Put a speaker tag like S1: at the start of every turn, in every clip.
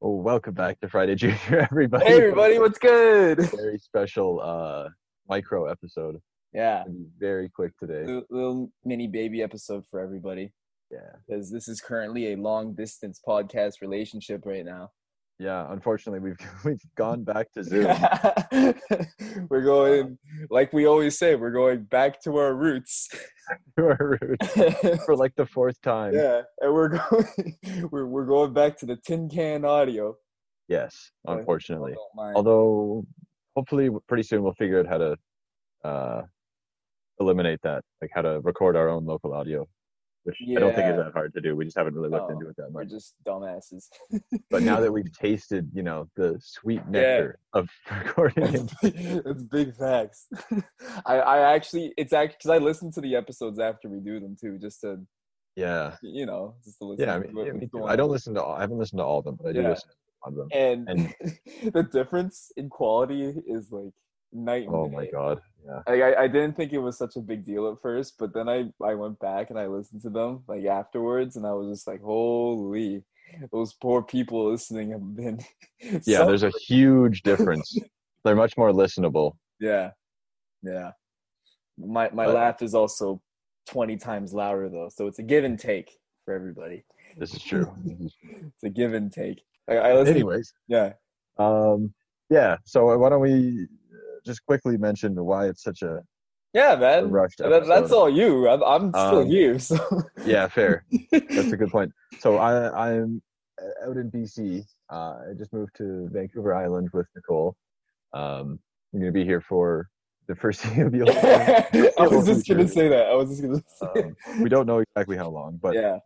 S1: Oh, welcome back to Friday Junior, everybody.
S2: Hey everybody, what's good?
S1: Very special uh, micro episode.
S2: Yeah,
S1: Gonna be Very quick today.
S2: little, little mini baby episode for everybody
S1: Yeah,
S2: because this is currently a long distance podcast relationship right now.
S1: yeah. Unfortunately, we've we've gone back to Zoom.
S2: we're going like we always say, we're going back to our roots.
S1: to our roots for like the fourth time.
S2: yeah, and we're going we're, we're going back to the tin can audio.
S1: Yes,
S2: But
S1: unfortunately.
S2: Don't mind.
S1: Although, hopefully, w- pretty soon we'll figure out how to uh, eliminate that, like how to record our own local audio, which I don't think is
S2: Yeah.
S1: that hard to do. We just haven't really looked
S2: No,
S1: into it that
S2: we're
S1: much.
S2: just dumbasses.
S1: But now that we've tasted, you know, the sweet nectar of recording in
S2: That's, big- that's big facts. I, I actually, it's actually because I listen to the episodes after we do them too, just to
S1: Yeah,
S2: you know, just to listen.
S1: yeah. I
S2: to
S1: mean,
S2: what-
S1: yeah, me
S2: what's
S1: too.
S2: going
S1: I
S2: on.
S1: don't listen to all. I haven't listened to all of them, but I do
S2: Yeah.
S1: listen to some of them.
S2: And,
S1: and-
S2: the difference in quality is like night. and
S1: Oh my
S2: day.
S1: god. Yeah.
S2: Like I, I didn't think it was such a big deal at first, but then I, I went back and I listened to them like afterwards, and I was just like, holy, those poor people listening have been.
S1: Yeah.
S2: some-
S1: there's a huge difference. They're much more listenable.
S2: Yeah. Yeah. My my
S1: But-
S2: laugh is also twenty times louder though, so it's a give and take for everybody.
S1: This is true. This is true.
S2: It's a give and take. I, I listen.
S1: Anyways,
S2: Yeah.
S1: um, yeah. So why don't we uh, just quickly mention why it's such a
S2: Yeah,
S1: a
S2: man.
S1: rushed
S2: That, that's
S1: episode.
S2: all you. I'm, I'm still
S1: Um,
S2: you. So
S1: Yeah, fair. That's a good point. So I I'm out in BC. Uh, I just moved to Vancouver Island with Nicole. Um, I'm gonna be here for the foreseeable.
S2: I was just gonna
S1: future.
S2: say that. I was just gonna say.
S1: Um, we don't know exactly how long, but
S2: yeah.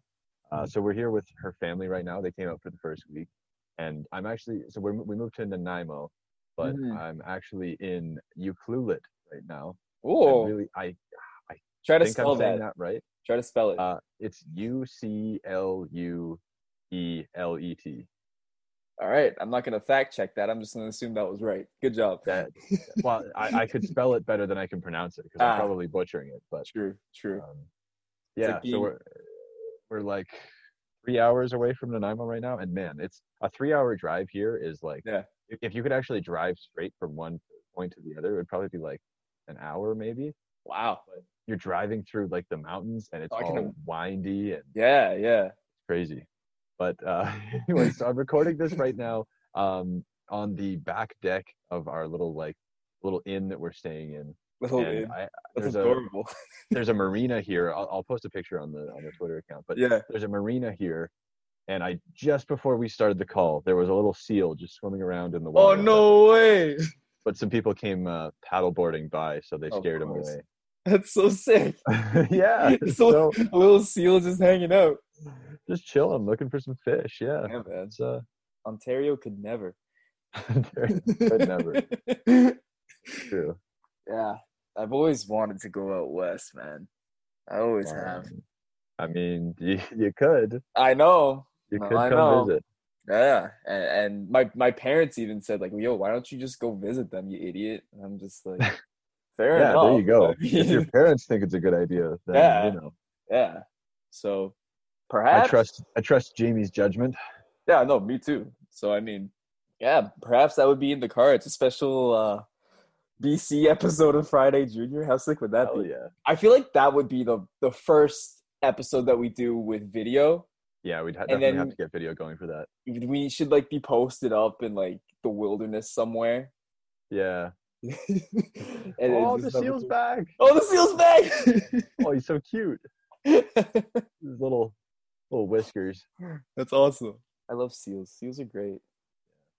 S1: Uh, so we're here with her family right now. They came out for the first week, and I'm actually so we're, we moved to Nanaimo, but
S2: Mhm.
S1: I'm actually in Euclid right now. I'm
S2: Oh,
S1: really, I
S2: try to
S1: think
S2: spell
S1: I'm
S2: that.
S1: saying that right.
S2: Try to spell it.
S1: Uh, it's U C L U E L E T.
S2: all right. I'm not gonna fact check that. I'm just gonna assume that was right. Good job.
S1: That well, I, I could spell it better than I can pronounce it because
S2: Ah.
S1: I'm probably butchering it. But
S2: true. True.
S1: um,
S2: It's
S1: yeah,
S2: like
S1: so
S2: being-
S1: we're we're like three hours away from Nanaimo right now, and man, it's a three-hour drive here is like
S2: Yeah.
S1: if, if you could actually drive straight from one point to the other, it would probably be like an hour maybe.
S2: Wow.
S1: You're driving through like the mountains, and it's
S2: Oh, I can
S1: all
S2: im-
S1: windy and
S2: Yeah. Yeah.
S1: crazy. But uh, anyway, so I'm recording this right now um, on the back deck of our little like little inn that we're staying in,
S2: Little
S1: and uh,
S2: bit.
S1: I,
S2: That's
S1: there's a-
S2: adorable.
S1: there's a marina here. I'll, I'll post a picture on the on the Twitter account, but
S2: yeah.
S1: there's a marina here and i just before we started the call there was a little seal just swimming around in the
S2: Oh
S1: water but,
S2: no way!
S1: but some people came uh, paddleboarding by so they
S2: Of
S1: scared him
S2: course.
S1: away
S2: That's so sick.
S1: yeah so
S2: so, little seal just hanging out.
S1: just chilling looking for some fish yeah
S2: Yeah, man.
S1: it's uh
S2: Ontario could never.
S1: very never. true
S2: Yeah, I've always wanted to go out west, man. I always have.
S1: Um, i mean you, you could
S2: I know.
S1: you
S2: No,
S1: could
S2: I
S1: come
S2: know.
S1: visit
S2: Yeah, and, and my my parents even said like, "Yo, why don't you just go visit them, you idiot?" And I'm just like, "Fair
S1: yeah
S2: enough."
S1: there you go
S2: I
S1: if your
S2: mean,
S1: parents think it's a good idea then
S2: Yeah.
S1: you know
S2: yeah. So
S1: i
S2: perhaps
S1: trust i trust jamie's judgment
S2: Yeah, no, me too. So I mean, yeah, perhaps that would be in the cards. A special uh BC episode of Friday Junior. How sick would that
S1: Hell
S2: be?
S1: yeah
S2: I feel like that would be the the first episode that we do with video.
S1: yeah we'd ha-
S2: And
S1: definitely have
S2: then-
S1: to get video going for that
S2: We should like be posted up in like the wilderness somewhere.
S1: yeah
S2: And then
S1: oh, the
S2: just-
S1: seal's back.
S2: Oh, the seal's back!
S1: Oh, he's so cute. His little little whiskers.
S2: That's awesome. I love seals. Seals are great.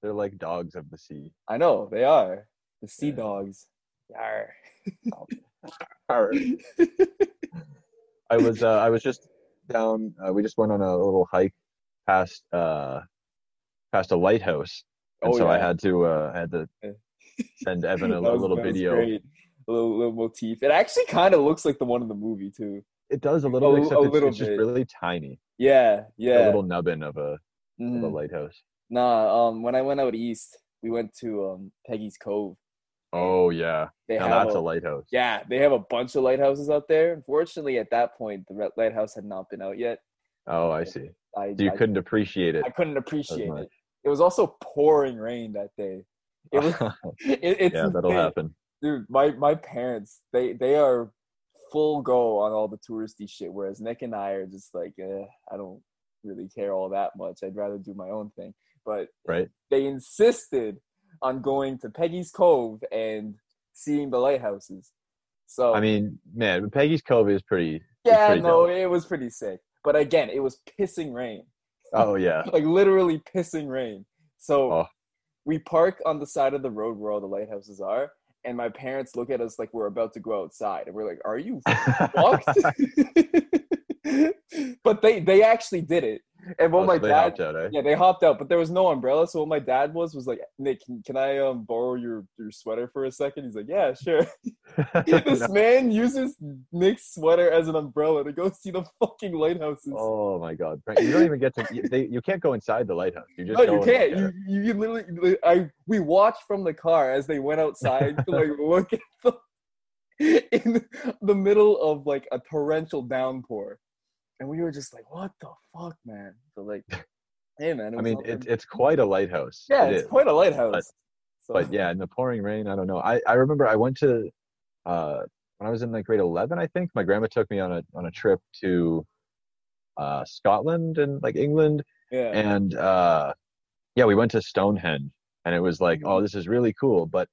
S1: They're like dogs of the sea.
S2: I know they are the sea
S1: Yeah.
S2: dogs. Yarr.
S1: I was uh, I was just down. Uh, we just went on a little hike past uh, past a lighthouse, and
S2: Oh,
S1: so I
S2: yeah.
S1: had to uh, I had to
S2: Yeah.
S1: send Evan a
S2: That was-
S1: little
S2: that was
S1: video.
S2: great. A little, little motif. It actually kind of looks like the one in the movie too.
S1: It does a little,
S2: A-
S1: bit, except
S2: Oh, a
S1: it's,
S2: little
S1: it's just
S2: bit.
S1: really tiny.
S2: Yeah,
S1: A
S2: yeah.
S1: little nubbin of a, of a
S2: Mhm.
S1: lighthouse.
S2: Nah, um, when I went out east, we went to um Peggy's Cove.
S1: Oh yeah,
S2: They
S1: now
S2: have
S1: that's
S2: a,
S1: a lighthouse.
S2: yeah, they have a bunch of lighthouses out there. Unfortunately, at that point, the red lighthouse had not been out yet.
S1: Oh, I see.
S2: I
S1: You
S2: I,
S1: couldn't appreciate it.
S2: I couldn't appreciate
S1: much.
S2: it. It was also pouring rain that day. It was, it, it's
S1: yeah, that'll
S2: insane.
S1: happen.
S2: dude my my parents they they are full go on all the touristy shit whereas nick and i are just like eh, i don't really care all that much i'd rather do my own thing but
S1: Right.
S2: they insisted on going to peggy's cove and seeing the lighthouses so
S1: I mean, man, but Peggy's Cove is pretty.
S2: yeah
S1: pretty
S2: no
S1: dope.
S2: it was pretty sick but again it was pissing rain
S1: Oh yeah,
S2: like literally pissing rain. So
S1: Oh.
S2: we park on the side of the road where all the lighthouses are, and my parents look at us like we're about to go outside, and we're like, "Are you fucked?" but they they actually did it, and what
S1: Oh,
S2: my
S1: so they
S2: dad
S1: helped out, eh?
S2: yeah they hopped out, but there was no umbrella. So what my dad was was like, "Nick, can, can I um borrow your your sweater for a second? He's like, "Yeah, sure." this
S1: No.
S2: man uses Nick's sweater as an umbrella to go see the fucking lighthouses.
S1: Oh my God, Frank, you don't even get to. You, they, you can't go inside the lighthouse. You just
S2: No,
S1: go
S2: you
S1: and
S2: can't.
S1: look at
S2: You, you you literally. li- I we watched from the car as they went outside to like look at the in the middle of like a torrential downpour, and we were just like, "What the fuck, man?" So like, hey,
S1: it.
S2: man. It
S1: I
S2: was
S1: mean,
S2: nothing-
S1: it's it's quite a lighthouse.
S2: yeah,
S1: it
S2: it's
S1: is.
S2: quite a lighthouse. so,
S1: but yeah, in the pouring rain, I don't know. I, I remember I went to uh, when I was in like grade eleven, I think. My grandma took me on a on a trip to uh, Scotland and like England,
S2: yeah,
S1: and uh, yeah, we went to Stonehenge, and it was like,
S2: Mm-hmm.
S1: oh, this is really cool, but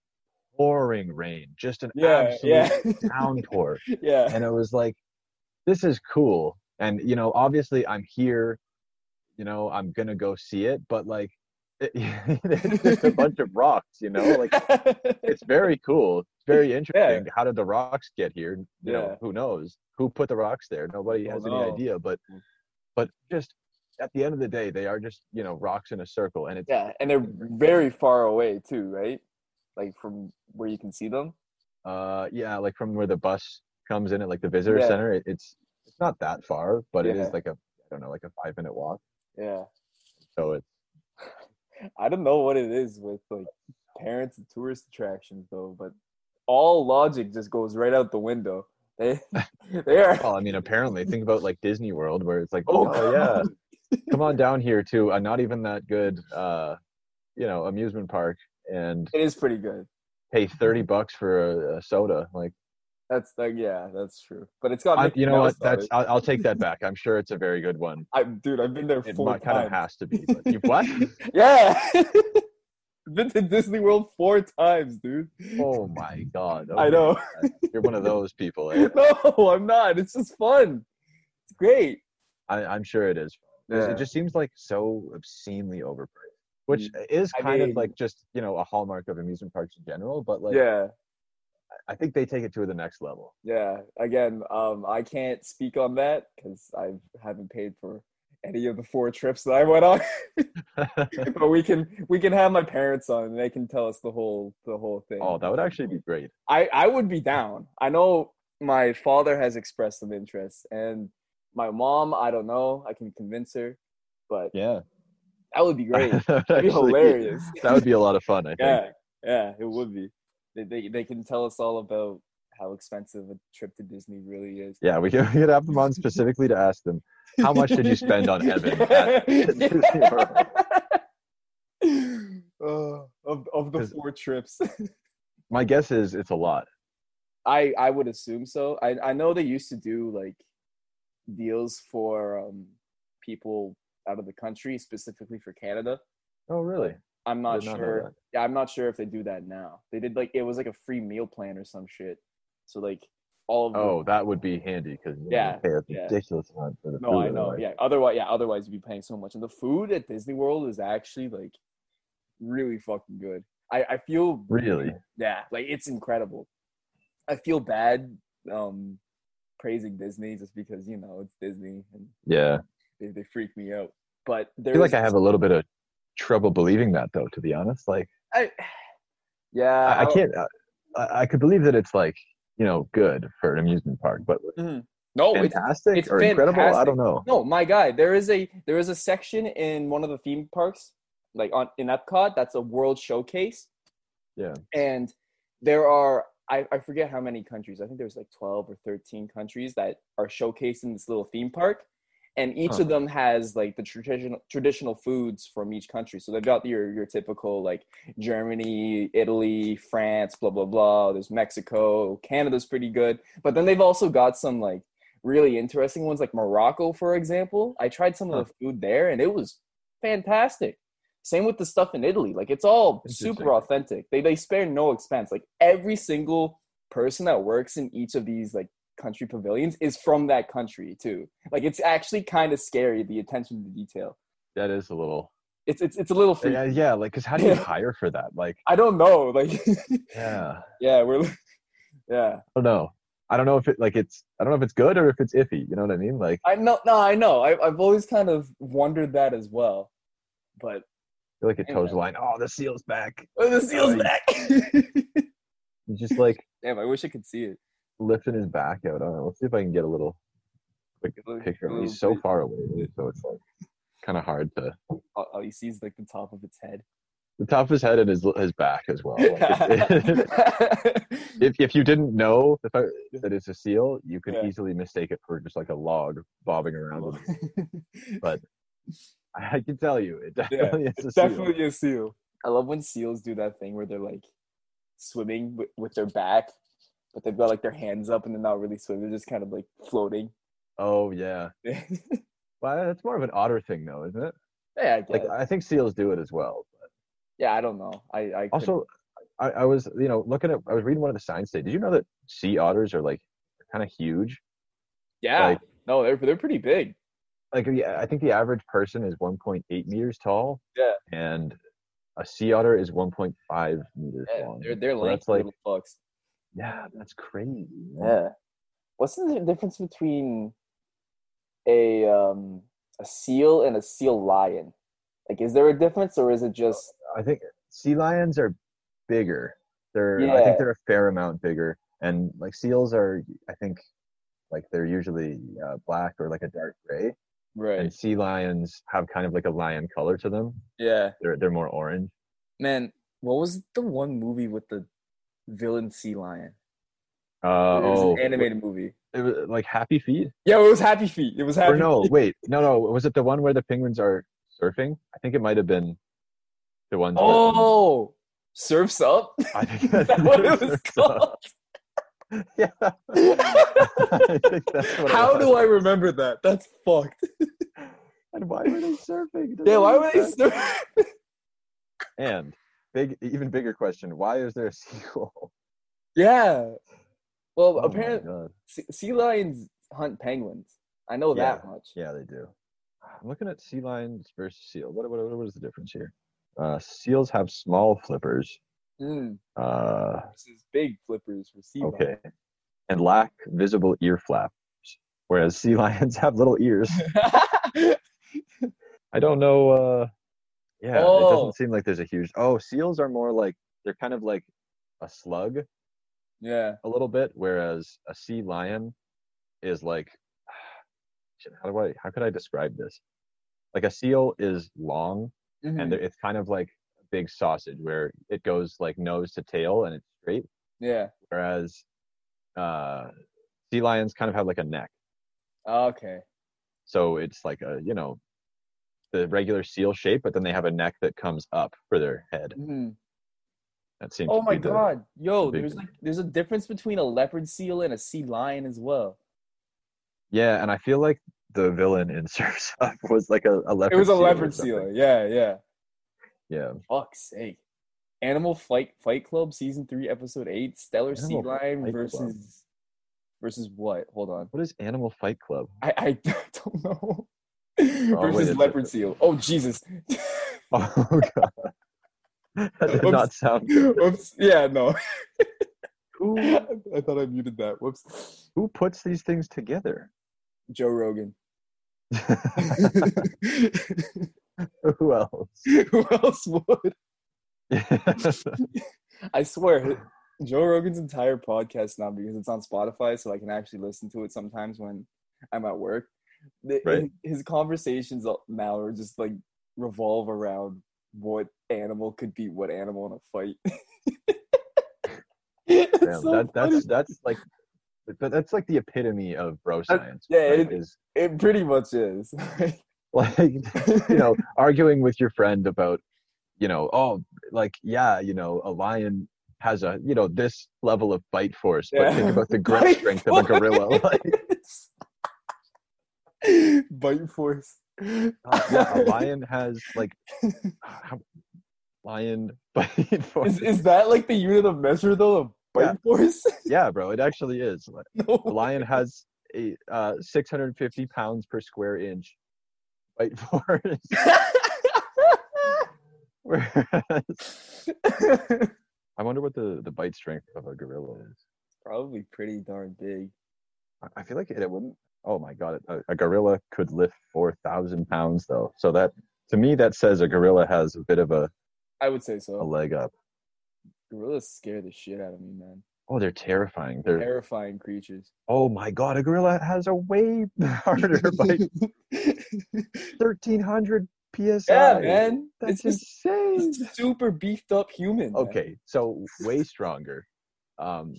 S1: pouring rain, just an
S2: yeah,
S1: absolute
S2: yeah,
S1: downpour,
S2: yeah,
S1: and it was like, this is cool, and you know, obviously, I'm here, you know, I'm gonna go see it, but like. It, it's just a bunch of rocks, you know. Like it's very cool. It's very interesting. How did the rocks get here? You
S2: Yeah.
S1: know, who knows? Who put the rocks there? Nobody
S2: Don't
S1: has
S2: know. Mm.
S1: any idea. But but just at the end of the day, they are just you know rocks in a circle, and it's
S2: yeah, and they're very far away too, right? Like from where you can see them.
S1: uh yeah like from where the bus comes in at like the visitor
S2: Yeah.
S1: center. It, it's it's not that far, but it
S2: Yeah.
S1: is like a I don't know like a five minute walk.
S2: Yeah.
S1: So it's
S2: I don't know what it is with like parents and tourist attractions though, but all logic just goes right out the window. They they are
S1: well, I mean, apparently think about like Disney World where it's like
S2: Oh,
S1: oh, yeah, come on down here to a not even that good uh you know amusement park and
S2: it is pretty good.
S1: pay 30 bucks for a, a soda like
S2: That's like yeah, that's true. But it's got
S1: I,
S2: Mickey
S1: you know
S2: Mouse
S1: what
S2: on
S1: that's
S2: it.
S1: I'll, I'll take that back i'm sure it's a very good one
S2: I dude, I've been there
S1: it
S2: four
S1: kind of
S2: times.
S1: has to be but you what
S2: Yeah. been to Disney World four times, dude.
S1: oh my god
S2: I
S1: okay.
S2: know.
S1: you're one of those people eh?
S2: no, I'm not. It's just fun. It's great.
S1: I, i'm sure it is 'Cause it just seems like so obscenely overpriced which is
S2: Mm, I
S1: kind
S2: mean-
S1: of like just you know a hallmark of amusement parks in general but like
S2: yeah.
S1: i think they take it to the next level
S2: Yeah, again, um, I can't speak on that because I haven't paid for any of the four trips that I went on. but we can we can have my parents on, and they can tell us the whole the whole thing.
S1: oh that would actually be great
S2: I I would be down. I know my father has expressed some interest, and my mom, I don't know. I can convince her, but
S1: yeah
S2: that would be great. That'd
S1: That'd
S2: be
S1: actually-
S2: hilarious.
S1: that would be a lot of fun i think
S2: Yeah, yeah, it would be. They, they they can tell us all about how expensive a trip to Disney really is.
S1: Yeah, we could, we could have them on specifically to ask them how much did you spend on Evan? at Disney World?"
S2: Uh, of of the
S1: 'Cause-
S2: four trips,
S1: My guess is it's a lot.
S2: I I would assume so. I I know they used to do like deals for um people out of the country, specifically for Canada.
S1: Oh, really?
S2: I'm not
S1: Did not know
S2: sure.
S1: that.
S2: Yeah, I'm not sure if they do that now. They did like it was like a free meal plan or some shit. So like all of them-
S1: Oh, that would be handy because you
S2: Yeah,
S1: yeah, pay a
S2: yeah.
S1: ridiculous amount for the
S2: No,
S1: food
S2: I know.
S1: otherwise.
S2: Yeah. Otherwise, yeah. Otherwise, you'd be paying so much, and the food at Disney World is actually like really fucking good. I I feel
S1: Really?
S2: yeah, like it's incredible. I feel bad um praising Disney just because you know it's Disney and
S1: Yeah.
S2: they, they freak me out. But
S1: I
S2: there's
S1: feel like I have a little bit of trouble believing that, though. To be honest, like
S2: I, yeah,
S1: I, I
S2: don't-
S1: can't. uh, I, I could believe that it's like you know good for an amusement park, but
S2: Mhm. No, it's
S1: fantastic
S2: it's
S1: or incredible, I don't know.
S2: No, my guy, there is a there is a section in one of the theme parks, like on in Epcot, that's a world showcase.
S1: Yeah.
S2: And there are I, I forget how many countries. I think there's like twelve or thirteen countries that are showcased in this little theme park. and each
S1: Huh.
S2: of them has like the traditional traditional foods from each country. So they've got your your typical like Germany, Italy, France, blah blah blah. There's Mexico, Canada's pretty good, but then they've also got some like really interesting ones, like Morocco, for example. I tried some of the food there, and it was fantastic. Same with the stuff in Italy. Like it's all super
S1: Interesting.
S2: authentic. They they spare no expense. Like every single person that works in each of these like country pavilions is from that country too. Like it's actually kind of scary the attention to detail.
S1: That is a little.
S2: It's it's it's a little freaky.
S1: Yeah, yeah. Like, cause how do you hire for that? Like,
S2: I don't know. Like
S1: yeah.
S2: yeah, we're yeah.
S1: I don't know. I don't know if it like it's. I don't know if it's good or if it's iffy. You know what I mean? Like, I
S2: I know no, I know. I I've always kind of wondered that as well. But
S1: feel like it toes the
S2: Yeah.
S1: line. Oh, the seal's back.
S2: oh, the seal's
S1: Like-
S2: back.
S1: He's just like
S2: Damn, I wish I could see it.
S1: lifting his back out. I don't know. Let's see if I can get a little quick
S2: Look,
S1: picture. of him.
S2: little
S1: He's so
S2: bit-
S1: far away, dude, so it's like kind of hard to.
S2: all, all you see is oh, like the top of its head.
S1: The top of his head and his his back as well. Like, it- if if you didn't know if I, that it's a seal, you could
S2: Yeah.
S1: easily mistake it for just like a log bobbing around. I can tell you, it definitely is a
S2: It's
S1: seal.
S2: definitely a seal. I love when seals do that thing where they're like swimming wi- with their back, but they've got like their hands up and they're not really swimming; they're just kind of like floating.
S1: Oh yeah,
S2: yeah,
S1: well that's more of an otter thing though, isn't it?
S2: I
S1: Like
S2: guess.
S1: I think seals do it as well.
S2: yeah, I don't know. I, I couldn't-
S1: Also, I, I was you know looking at I was reading one of the signs today. Did you know that sea otters are like kind of huge?
S2: yeah,
S1: like-
S2: no, they're they're pretty big.
S1: Like yeah, I think the average person is 1.8 meters tall.
S2: Yeah.
S1: and a sea otter is 1.5 meters
S2: Yeah,
S1: long.
S2: they're they're
S1: So
S2: lanky
S1: that's like
S2: little fucks.
S1: yeah, that's crazy. man.
S2: Yeah. What's the difference between a um a seal and a seal lion? Like, is there a difference, or is it just
S1: I think sea lions are bigger. They're I
S2: Yeah.
S1: think they're a fair amount bigger, and like seals are I think like they're usually uh, black or like a dark gray, and
S2: right?
S1: sea lions have kind of like a lion color to them.
S2: Yeah,
S1: They're they're more orange.
S2: man. What was the one movie with the villain sea lion?
S1: Uh,
S2: it was
S1: oh,
S2: an animated movie.
S1: it was like Happy Feet.
S2: Yeah, it was Happy Feet. It was Happy.
S1: Or no, wait, no, no. Was it the one where the penguins are surfing? I think it might have been the one.
S2: Oh, Surfs Up.
S1: I think
S2: Is
S1: that's
S2: that what it was called?
S1: Yeah, I think that's what.
S2: How
S1: it
S2: do I remember that? That's fucked.
S1: And why were they surfing? It doesn't
S2: Yeah, why
S1: make
S2: were they?
S1: sense.
S2: Sur-
S1: And big, even bigger question: Why is there a sequel?
S2: yeah. Well,
S1: Oh my
S2: apparently,
S1: God.
S2: Se- sea lions hunt penguins. I know that much.
S1: yeah, they do. I'm looking at sea lions versus seal. What, what, what is the difference here? Uh, seals have small flippers.
S2: Mm,
S1: Uh,
S2: versus big flippers for sea lions.
S1: okay, and lack visible ear flaps, whereas sea lions have little ears. I don't know. Uh, yeah, it
S2: Oh.
S1: doesn't seem like there's a huge. Oh, seals are more like they're kind of like a slug
S2: yeah.
S1: a little bit, whereas a sea lion is like. shit, How do I? How could I describe this? Like a seal is long, and
S2: Mhm.
S1: they're- it's kind of like a big sausage where it goes like nose to tail and it's straight,
S2: Yeah.
S1: whereas uh, sea lions kind of have like a neck.
S2: Okay.
S1: So it's like a, you know, the regular seal shape, but then they have a neck that comes up for their head.
S2: Mhm.
S1: That seems.
S2: Oh
S1: to
S2: my
S1: be the-
S2: god. Yo,
S1: the big
S2: there's
S1: one.
S2: like there's a difference between a leopard seal and a sea lion as well.
S1: Yeah, and I feel like the villain in Surf's Up was like a, a leopard. seal or something.
S2: Yeah, yeah.
S1: Yeah.
S2: Fuck's sake. Animal Fight Fight Club season three episode eight. Stellar Sea
S1: Animal
S2: Lion
S1: Fight Club.
S2: versus versus what? Hold on.
S1: What is Animal Fight Club?
S2: I, I don't
S1: Oh,
S2: know.
S1: wait,
S2: Versus
S1: it's-
S2: leopard seal. Oh Jesus.
S1: Oh god. That did
S2: Oops.
S1: not sound.
S2: Whoops. Yeah, no.
S1: Who
S2: I thought I muted that. Whoops.
S1: who puts these things together?
S2: Joe Rogan.
S1: who else?
S2: Who else would?
S1: yeah,
S2: I swear, Joe Rogan's entire podcast now because it's on Spotify, so I can actually listen to it sometimes when I'm at work. The-
S1: Right.
S2: His, his conversations now are just like revolve around what animal could beat what animal in a fight. It's so
S1: that,
S2: funny.
S1: that's that's like but that's like the epitome of bro
S2: That-
S1: science.
S2: yeah,
S1: right,
S2: it-
S1: is
S2: It pretty much is.
S1: like you know arguing with your friend about you know oh like yeah you know a lion has a you know this level of bite force, but
S2: Yeah.
S1: think about the grip
S2: Bite
S1: strength of a gorilla. Like,
S2: Bite force.
S1: uh, yeah, a lion has like how, lion bite force.
S2: Is, is that like the unit of measure though? Of bite
S1: Yeah.
S2: force?
S1: yeah, bro, it actually is. Like, A
S2: no.
S1: lion has a uh, 650 pounds per square inch bite force. Whereas, I wonder what the, the bite strength of a gorilla is.
S2: Probably pretty darn big.
S1: I- I feel like it, it wouldn't. Oh my god, a, a gorilla could lift four thousand pounds though. So that to me that says a gorilla has a bit of a,
S2: I would say
S1: a
S2: so.
S1: leg up.
S2: Gorillas scare the shit out of me, man.
S1: Oh, they're terrifying. They're
S2: Terrifying creatures.
S1: oh my god, a gorilla has a way harder bite, thirteen hundred psi.
S2: yeah, man.
S1: that's
S2: it's just
S1: insane.
S2: super beefed up human. man.
S1: Okay, so way stronger, um,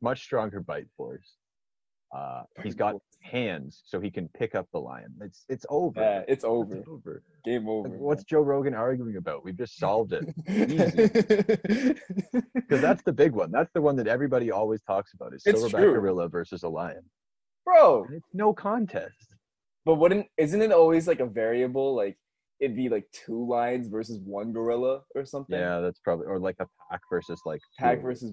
S1: much stronger bite force. Uh, he's got hands, so he can pick up the lion. It's it's over.
S2: Yeah, it's
S1: It's
S2: over.
S1: over.
S2: Game over.
S1: What's Joe Rogan arguing about? We've just solved it. Because
S2: Because
S1: that's the big one. That's the one that everybody always talks about is
S2: It's
S1: silverback
S2: true.
S1: gorilla versus a lion.
S2: bro.
S1: And it's no contest.
S2: But wouldn't isn't it always like a variable? Like it'd be like two lions versus one gorilla or something.
S1: Yeah, that's probably or like a pack versus like
S2: Pack
S1: two.
S2: versus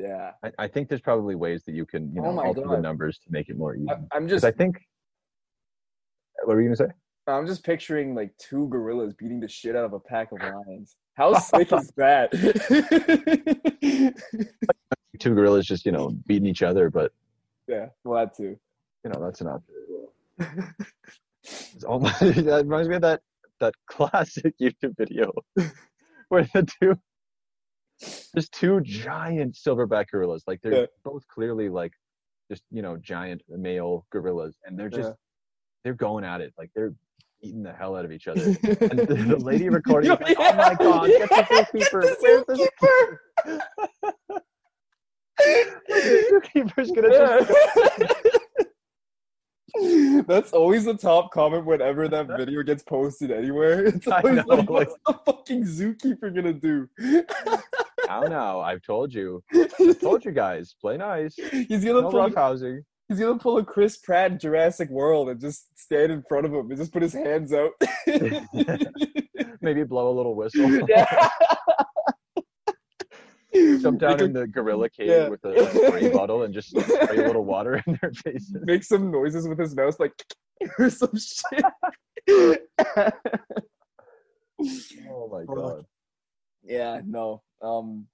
S2: yeah.
S1: I, I think there's probably ways that you can you
S2: Oh
S1: know
S2: my
S1: alter the
S2: God.
S1: numbers to make it more even.
S2: I, I'm
S1: Mm. 'Cause
S2: just
S1: I think what were you gonna say?
S2: I'm just picturing like two gorillas beating the shit out of a pack of lions. How sick is that?
S1: Two gorillas just you know beating each other, but
S2: yeah, well that too.
S1: you know that's an option. as well. It's almost, that reminds me of that that classic YouTube video where the two there's two giant silverback gorillas. Like they're
S2: Yeah.
S1: both clearly like just you know giant male gorillas, and they're just
S2: Yeah.
S1: they're going at it. Like they're eating the hell out of each other. And the, the lady recording, is like, oh my god, get the zookeeper!
S2: Get the
S1: Where's the zookeeper? zookeeper's gonna just
S2: Yeah. That's always the top comment whenever that video gets posted anywhere. It's
S1: I
S2: always
S1: know,
S2: like, what's the fucking zookeeper gonna do?
S1: now now. I've told you, told you guys, play nice.
S2: he's gonna
S1: No
S2: pull.
S1: rough housing.
S2: he's gonna pull a Chris Pratt Jurassic World and just stand in front of him and just put his hands out.
S1: Maybe blow a little whistle.
S2: yeah.
S1: Jump down
S2: make,
S1: in the gorilla cave
S2: Yeah.
S1: with a, a spray bottle and just spray a little water in their faces.
S2: make some noises with his mouth, like or some shit.
S1: Oh my
S2: Or like-
S1: god.
S2: yeah, no. Um,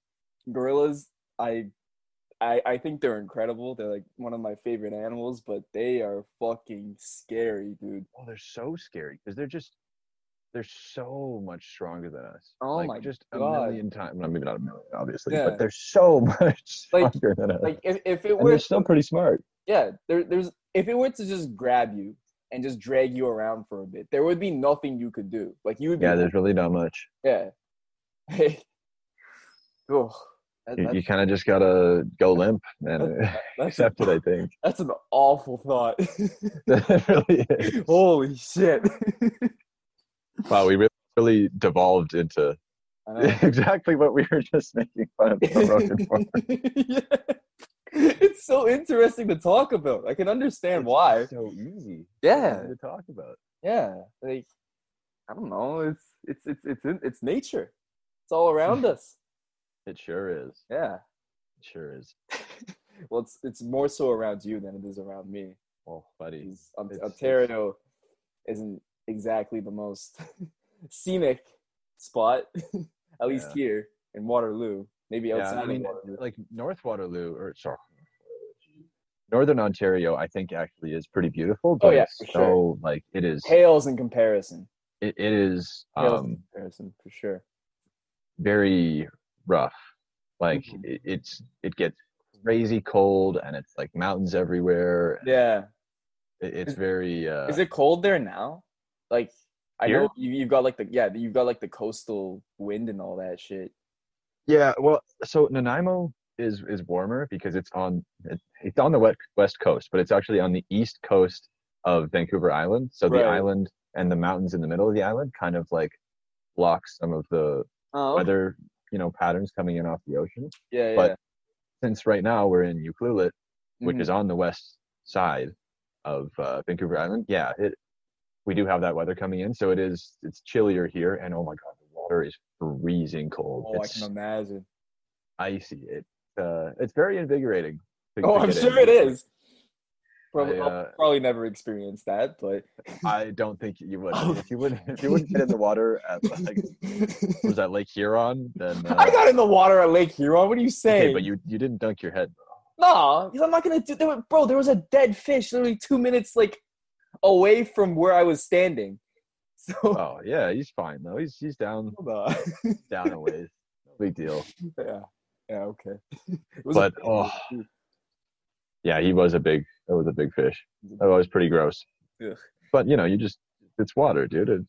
S2: gorillas, I, I, I think they're incredible. They're like one of my favorite animals, but they are fucking scary, dude.
S1: Oh, they're so scary because they're just they're so much stronger than us.
S2: Oh
S1: like,
S2: my
S1: just a
S2: God.
S1: million times. Well, maybe not a million, obviously,
S2: Yeah.
S1: but they're so much
S2: Like-
S1: stronger than us.
S2: Like if, if it
S1: and they're
S2: were
S1: still pretty smart.
S2: yeah, there, there's if it were to just grab you and just drag you around for a bit, there would be nothing you could do. Like you would
S1: Yeah,
S2: be
S1: there's really not much.
S2: yeah. Hey, oh, that-
S1: You,
S2: that's,
S1: you kind of just gotta go limp and uh,
S2: that's,
S1: accept it. I think
S2: that's an awful thought.
S1: that really is.
S2: Holy shit!
S1: Wow, we really, really devolved into
S2: I know.
S1: exactly what we were just making fun of Joe Rogan for.
S2: yeah. It's so interesting to talk about. I can understand
S1: It's
S2: why.
S1: So easy.
S2: Yeah.
S1: To talk about.
S2: Yeah, like I don't know. It's it's it's it's in- it's nature. It's all around us.
S1: It sure is.
S2: Yeah.
S1: It sure is.
S2: Well, it's it's more so around you than it is around me.
S1: Oh, buddy.
S2: 'cause Ont-
S1: It's- it's-
S2: Ontario isn't exactly the most scenic spot, at least
S1: Yeah.
S2: here in Waterloo. Maybe
S1: Yeah,
S2: outside
S1: I mean,
S2: of Waterloo.
S1: like North Waterloo, or sorry, Northern Ontario, I think actually is pretty beautiful. But
S2: Oh, yeah,
S1: it's so
S2: for sure.
S1: like it is,
S2: Pales in comparison.
S1: it, it is
S2: Pales
S1: um,
S2: in comparison for sure.
S1: very rough. Like
S2: Mhm.
S1: it, it's it gets crazy cold, and it's like mountains everywhere. and
S2: Yeah.
S1: It, it's
S2: Is-
S1: very. Uh,
S2: Is it cold there now? Like I
S1: Here?
S2: know you, you've got like the yeah you've got like the coastal wind and all that shit.
S1: Yeah, well, so Nanaimo is is warmer because it's on it- it's on the wet, west coast, but it's actually on the east coast of Vancouver Island. So the
S2: Right.
S1: island and the mountains in the middle of the island kind of like blocks some of the
S2: Oh, okay.
S1: weather, you know, patterns coming in off the ocean.
S2: yeah, yeah.
S1: but Since right now we're in Ucluelet, which
S2: Mhm.
S1: is on the west side of uh, Vancouver Island, yeah, it we do have that weather coming in, so it is it's chillier here, and oh my god, the water is freezing cold.
S2: oh, I
S1: it's
S2: can imagine.
S1: icy. It uh, it's very invigorating. to-
S2: Oh,
S1: to
S2: I'm
S1: get
S2: sure
S1: in.
S2: it is. Probably,
S1: I,
S2: I'll
S1: uh,
S2: probably never experience that, but
S1: I don't think you would.
S2: Oh.
S1: If you wouldn't, if you wouldn't get in the water at like what was that Lake Huron, then uh,
S2: I got in the water at Lake Huron. What are you saying?
S1: okay, but you you didn't dunk your head.
S2: No, because I'm not gonna do. There, were- bro, there was a dead fish literally two minutes like away from where I was standing. So
S1: Oh yeah, he's fine though. He's he's down
S2: hold on.
S1: down a ways. No big deal.
S2: yeah, yeah, okay. It was a
S1: But
S2: big
S1: oh
S2: fish, too.
S1: yeah, he was a big that was a big fish. That was pretty gross.
S2: Mm-hmm. Ugh.
S1: But you know, you just it's water, dude. It,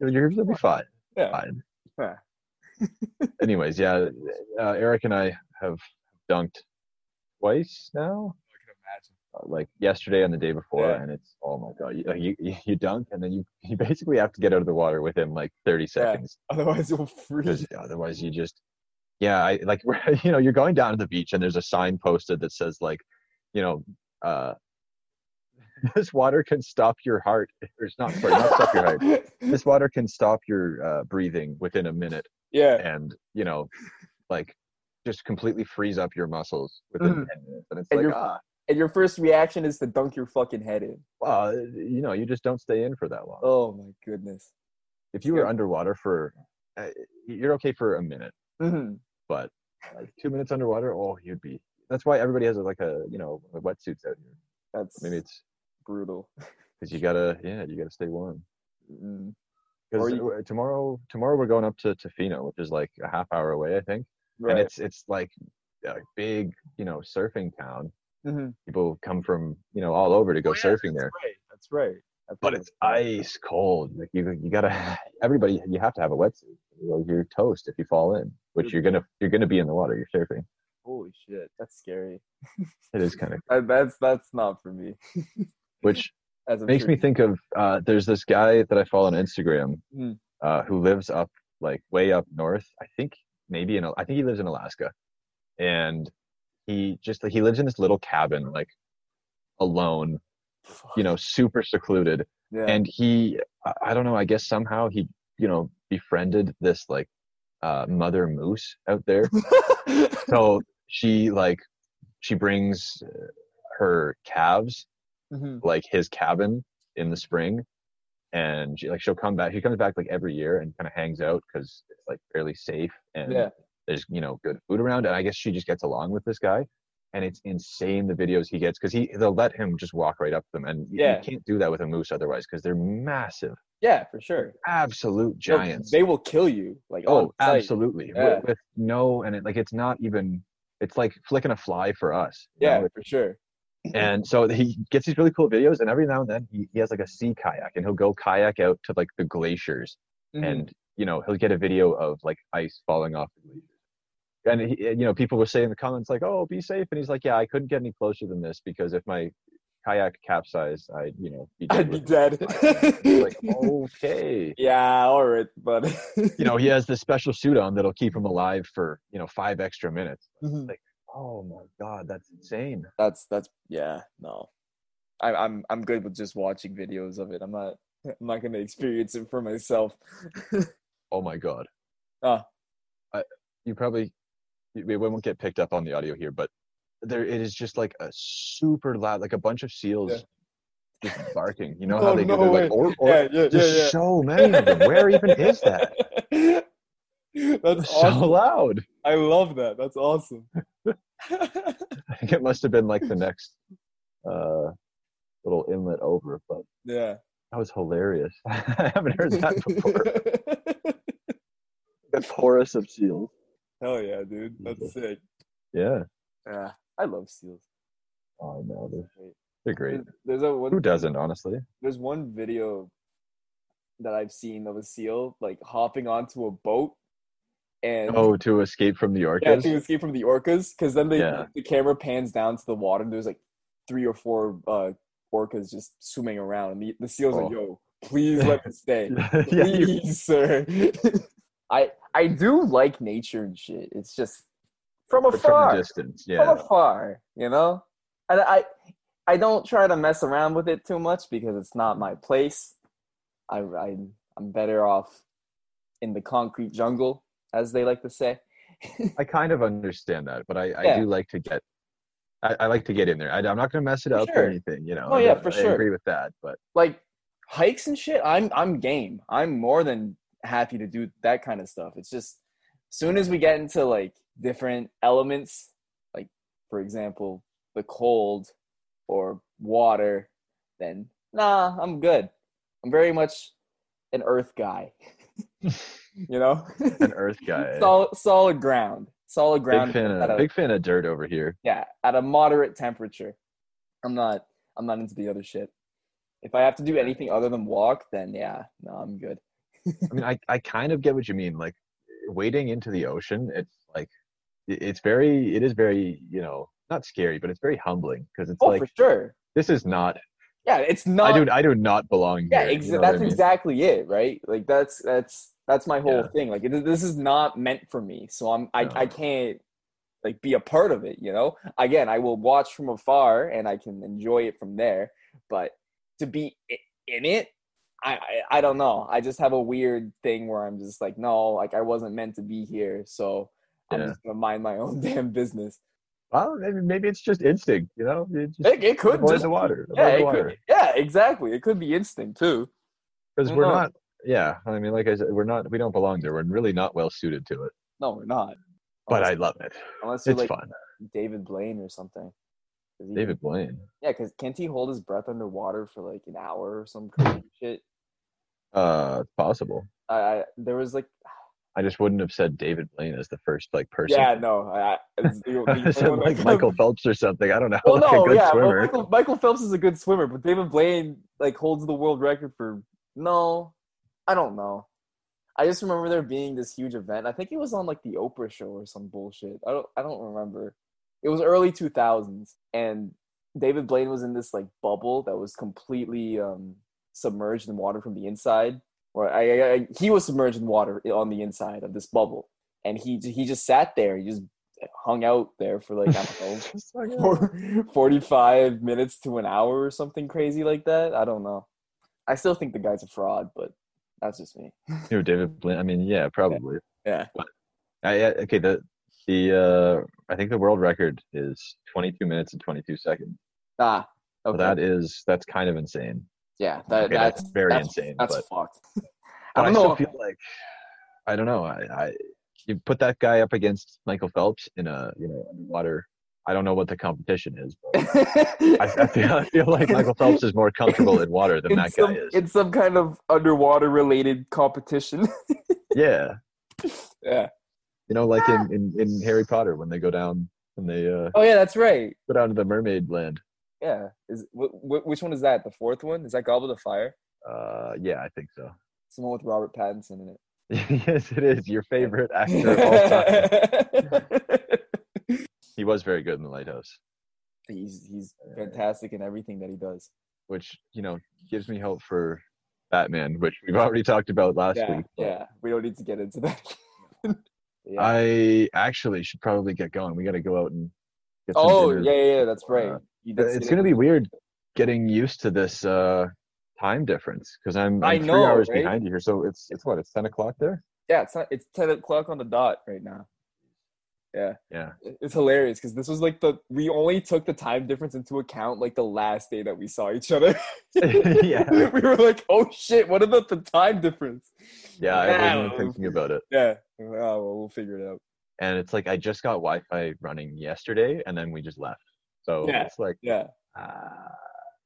S1: you're gonna be fine.
S2: Yeah.
S1: Fine.
S2: Yeah.
S1: Anyways, yeah, uh, Eric and I have dunked twice now. uh, like yesterday and the day before,
S2: Yeah.
S1: and it's oh my god, you, like, you you- you dunk and then you you basically have to get out of the water within like 30 seconds
S2: Otherwise, you'll freeze.
S1: because otherwise you just yeah, I like you know you're going down to the beach and there's a sign posted that says like you know uh this water can stop your heart or it's not sorry not stop your heart this water can stop your uh, breathing within a minute
S2: yeah,
S1: and you know like just completely freeze up your muscles within 10
S2: Mhm.
S1: minutes and it's
S2: And
S1: like
S2: you're-
S1: ah
S2: and your first reaction is to dunk your fucking head in.
S1: well, you know, you just don't stay in for that long.
S2: Oh my goodness.
S1: if you were
S2: yeah.
S1: underwater for, uh, you're okay for a minute,
S2: Mhm.
S1: but like two minutes underwater, oh, you'd be. That's why everybody has like a, you know, the wetsuits out here.
S2: That's
S1: Maybe it's
S2: brutal.
S1: because you gotta, yeah, you gotta stay warm.
S2: Mm. Or
S1: Because
S2: you-
S1: tomorrow, tomorrow we're going up to Tofino, which is like a half hour away, I think, and
S2: Right.
S1: it's it's like a big, you know, surfing town.
S2: Mhm.
S1: People come from, you know, all over to go
S2: Oh, yeah,
S1: surfing
S2: that's
S1: there.
S2: Right. That's right. I
S1: but
S2: forgot
S1: it's
S2: about that.
S1: ice cold. Like you, you gotta. Everybody, you have to have a wetsuit. You know, You're toast if you fall in,
S2: Mm-hmm.
S1: which you're gonna, you're gonna be in the water. You're surfing.
S2: Holy shit, that's scary.
S1: It is kind of,
S2: Uh, that's that's not for me.
S1: which
S2: As I'm
S1: makes
S2: sure
S1: me
S2: you-
S1: think of. Uh, there's this guy that I follow on Instagram,
S2: Mm.
S1: uh, who lives up like way up north. I think maybe in, Al- I think he lives in Alaska, and he just like he lives in this little cabin like alone, you know, super secluded,
S2: yeah.
S1: and he I- i don't know i guess somehow he you know befriended this like uh mother moose out there so she like she brings uh, her calves
S2: Mhm.
S1: like his cabin in the spring and she like she'll come back she comes back like every year and kind of hangs out because it's like fairly safe and
S2: Yeah.
S1: there's you know good food around and i guess she just gets along with this guy and it's insane the videos he gets because he they'll let him just walk right up to them and you-
S2: Yeah.
S1: you can't do that with a moose otherwise because they're massive
S2: Yeah, for sure.
S1: absolute
S2: They'll-
S1: giants
S2: They will kill you. Like
S1: oh
S2: on sight.
S1: absolutely With-
S2: Yeah.
S1: with, no and it, like it's not even it's like flicking a fly for us you
S2: Yeah,
S1: know?
S2: for sure.
S1: and so he gets these really cool videos and every now and then he, he has like a sea kayak and he'll go kayak out to like the glaciers
S2: Mm-hmm. Mm.
S1: and you know he'll get a video of like ice falling off the glacier and he, you know people were saying in the comments like oh be safe and he's like yeah i couldn't get any closer than this because if my kayak capsized i'd you know be dead
S2: I'd be
S1: with it."
S2: dead.
S1: like okay
S2: yeah, all right, but
S1: you know he has this special suit on that'll keep him alive for you know five extra minutes oh my god that's insane
S2: that's that's yeah no, I, I'm I'm good with just watching videos of it. I'm not I'm not gonna experience it for myself.
S1: oh my god
S2: Ah.
S1: I, you probably we won't get picked up on the audio here but there it is just like a super loud like a bunch of seals just barking you know how
S2: Oh,
S1: they
S2: no
S1: do they're
S2: way.
S1: like or, or
S2: yeah, yeah, yeah,
S1: there's
S2: yeah.
S1: so many of them where even is that
S2: That's awesome.
S1: so loud
S2: I love that. That's awesome.
S1: i think it must have been like the next uh little inlet over but
S2: yeah.
S1: that was hilarious i haven't heard that before the chorus of seals
S2: Hell yeah, dude.
S1: Yeah.
S2: That's sick.
S1: yeah
S2: Yeah. I love seals.
S1: oh no they're,
S2: Great.
S1: they're great
S2: There's, there's a
S1: who
S2: one
S1: doesn't honestly
S2: there's one video that I've seen of a seal like hopping onto a boat and
S1: Oh, to escape from the
S2: yeah,
S1: orcas.
S2: to escape from the orcas, because then they,
S1: Yeah.
S2: the camera pans down to the water, and there's like three or four uh, orcas just swimming around, and the, the seals like,
S1: Oh.
S2: "Yo, please let me stay,
S1: yeah, you-
S2: please, sir." I I do like nature and shit. It's just from
S1: but from
S2: afar,
S1: a distance. Yeah.
S2: from afar, you know. And I I don't try to mess around with it too much because it's not my place. I, I I'm better off in the concrete jungle, as they like to say.
S1: I kind of understand that, but I, I
S2: Yeah.
S1: do like to get, I, I like to get in there. I, am not going to mess it
S2: For
S1: up
S2: sure.
S1: or anything, you know.
S2: Oh,
S1: I
S2: yeah,
S1: don't-
S2: for
S1: I
S2: sure.
S1: agree with that, but
S2: like hikes and shit i'm i'm game i'm more than happy to do that kind of stuff it's just soon as we get into like different elements like for example the cold or water then nah i'm good i'm very much an earth guy you know
S1: an Earth guy,
S2: solid, solid ground solid
S1: big
S2: ground
S1: fan, of,
S2: at a-
S1: big fan of dirt over here.
S2: yeah at a moderate temperature i'm not i'm not into the other shit if i have to do anything other than walk then yeah no i'm good
S1: I mean, I, I kind of get what you mean. Like wading into the ocean, it's like, it- it's very, it is very, you know, not scary, but it's very humbling because it's
S2: oh
S1: like
S2: for sure
S1: this is not.
S2: yeah it's not
S1: I do, I do not belong
S2: yeah
S1: here. you
S2: exa-
S1: know what I
S2: that's
S1: mean?
S2: exactly it right like that's that's that's my whole
S1: Yeah.
S2: thing like it, this is not meant for me so i'm I,
S1: No.
S2: I can't like be a part of it you know again i will watch from afar and i can enjoy it from there but to be i- in it I, I i don't know i just have a weird thing where i'm just like no like i wasn't meant to be here so i'm
S1: Yeah.
S2: just gonna mind my own damn business
S1: Well, maybe, maybe it's just instinct, you know. You just
S2: it, it could
S1: avoid
S2: just
S1: the water.
S2: yeah,
S1: avoid the
S2: it
S1: water.
S2: could, yeah exactly it could be instinct too
S1: because
S2: Why
S1: we're
S2: not?
S1: not yeah i mean like i said we're not we don't belong there we're really not well suited to it
S2: no we're not
S1: but i
S2: Unless-
S1: love it
S2: unless you're
S1: it's
S2: like
S1: fun
S2: David Blaine or something. 'Cause he-
S1: david blaine
S2: Yeah, because can't he hold his breath underwater for like an hour or some crazy shit?
S1: uh it's possible
S2: I, I there was like
S1: i just wouldn't have said david blaine as the first like person
S2: yeah no I, I it's the- the
S1: I
S2: only
S1: said,
S2: one I
S1: like
S2: can-
S1: michael phelps or something i don't know
S2: Well,
S1: like
S2: no,
S1: a good
S2: yeah, well,
S1: swimmer
S2: Michael, Michael Phelps is a good swimmer, but David Blaine like holds the world record for no, I don't know. I just remember there being this huge event. I think it was on like the Oprah show or some bullshit. I don't I don't remember. It was early 2000s and David Blaine was in this like bubble that was completely um submerged in water from the inside. Or I, I, I he was submerged in water on the inside of this bubble and he he just sat there. He just hung out there for like I don't know
S1: Just like,
S2: for 45 minutes to an hour or something crazy like that. I don't know. I still think the guy's a fraud, but that's just me.
S1: you know, david blaine i mean yeah probably
S2: Yeah.
S1: I, I- okay the the uh i think the world record is 22 minutes and 22 seconds
S2: Ah,
S1: So
S2: okay.
S1: that is that's kind of insane
S2: yeah, that,
S1: okay,
S2: that's,
S1: that's, very
S2: that's,
S1: insane
S2: That's
S1: but
S2: fucked.
S1: But I,
S2: I don't know.
S1: still feel like I don't know. I, I you put that guy up against Michael Phelps in a you know underwater. I don't know what the competition is, but I, I, feel, I feel like Michael Phelps is more comfortable in water than that
S2: it's,
S1: guy
S2: some,
S1: is.
S2: it's some kind of underwater related competition.
S1: Yeah,
S2: yeah.
S1: you know, like in, in, in Harry Potter when they go down and they uh,
S2: Oh, yeah, that's right.
S1: go down to the mermaid land.
S2: Yeah. Is wh- wh- Which one is that? The fourth one? Is that Goblet of Fire?
S1: Uh, yeah, I think so.
S2: It's the one with Robert Pattinson in it.
S1: yes, it is your favorite actor of all time. He was very good in the Lighthouse,
S2: he's he's fantastic in everything that he does.
S1: which you know gives me hope for Batman, which we've already talked about last
S2: yeah,
S1: week. but-
S2: yeah. We don't need to get into that. yeah.
S1: I actually should probably get going. We got to go out and get some
S2: oh
S1: dinner.
S2: yeah, yeah, yeah, that's right.
S1: Uh,
S2: You did
S1: It's
S2: say
S1: going to
S2: that.
S1: be weird getting used to this uh, time difference because I'm,
S2: I
S1: I'm three
S2: know,
S1: hours
S2: right?
S1: behind you here. So it's it's what it's ten o'clock there.
S2: yeah. It's not, it's ten o'clock on the dot right now. Yeah,
S1: Yeah,
S2: It- it's hilarious because this was like the we only took the time difference into account like the last day that we saw each other.
S1: yeah,
S2: we were like, oh shit, what about the time difference?
S1: yeah. I wasn't
S2: Yeah.
S1: even thinking about it,
S2: Yeah, oh, well, we'll figure it out.
S1: and it's like I just got Wi-Fi running yesterday, and then we just left. So
S2: Yeah.
S1: it's like
S2: Yeah,
S1: ah,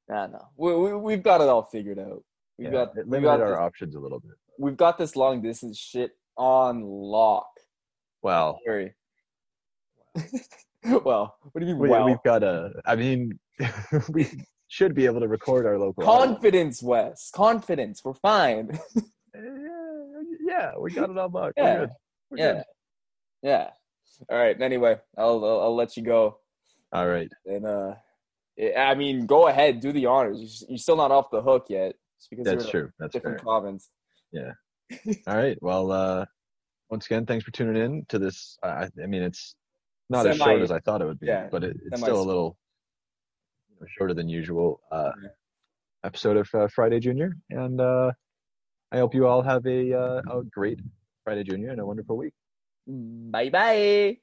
S2: I know. We, we we've got it all figured out. We've
S1: yeah,
S2: got
S1: it
S2: we
S1: limited
S2: got
S1: our
S2: this-
S1: options a little bit.
S2: we've got this long distance shit on lock.
S1: Well,
S2: Sorry. well, what do you mean?
S1: we,
S2: well,
S1: we've got a. I mean, we should be able to record our local. audio.
S2: confidence, Wes. Confidence. We're fine.
S1: Eh, yeah, we got it all back.
S2: Yeah,
S1: We're good. We're
S2: yeah.
S1: good.
S2: Yeah. All right. Anyway, I'll I'll, I'll let you go.
S1: All right.
S2: And uh, I- I mean, go ahead, do the honors. You're s- You're still not off the hook yet. Just because
S1: That's
S2: you're
S1: true.
S2: in a
S1: That's
S2: different
S1: fair.
S2: province.
S1: All right. Well, uh, once again, thanks for tuning in to this. I, I mean, it's not as short
S2: Semi-
S1: as I thought it would be,
S2: yeah,
S1: but it, it's still a
S2: semi-short.
S1: little you know, shorter than usual. Uh,
S2: Yeah.
S1: episode of uh, Friday Junior, and uh, I hope you all have a, uh, a great Friday Junior and a wonderful week.
S2: Bye bye.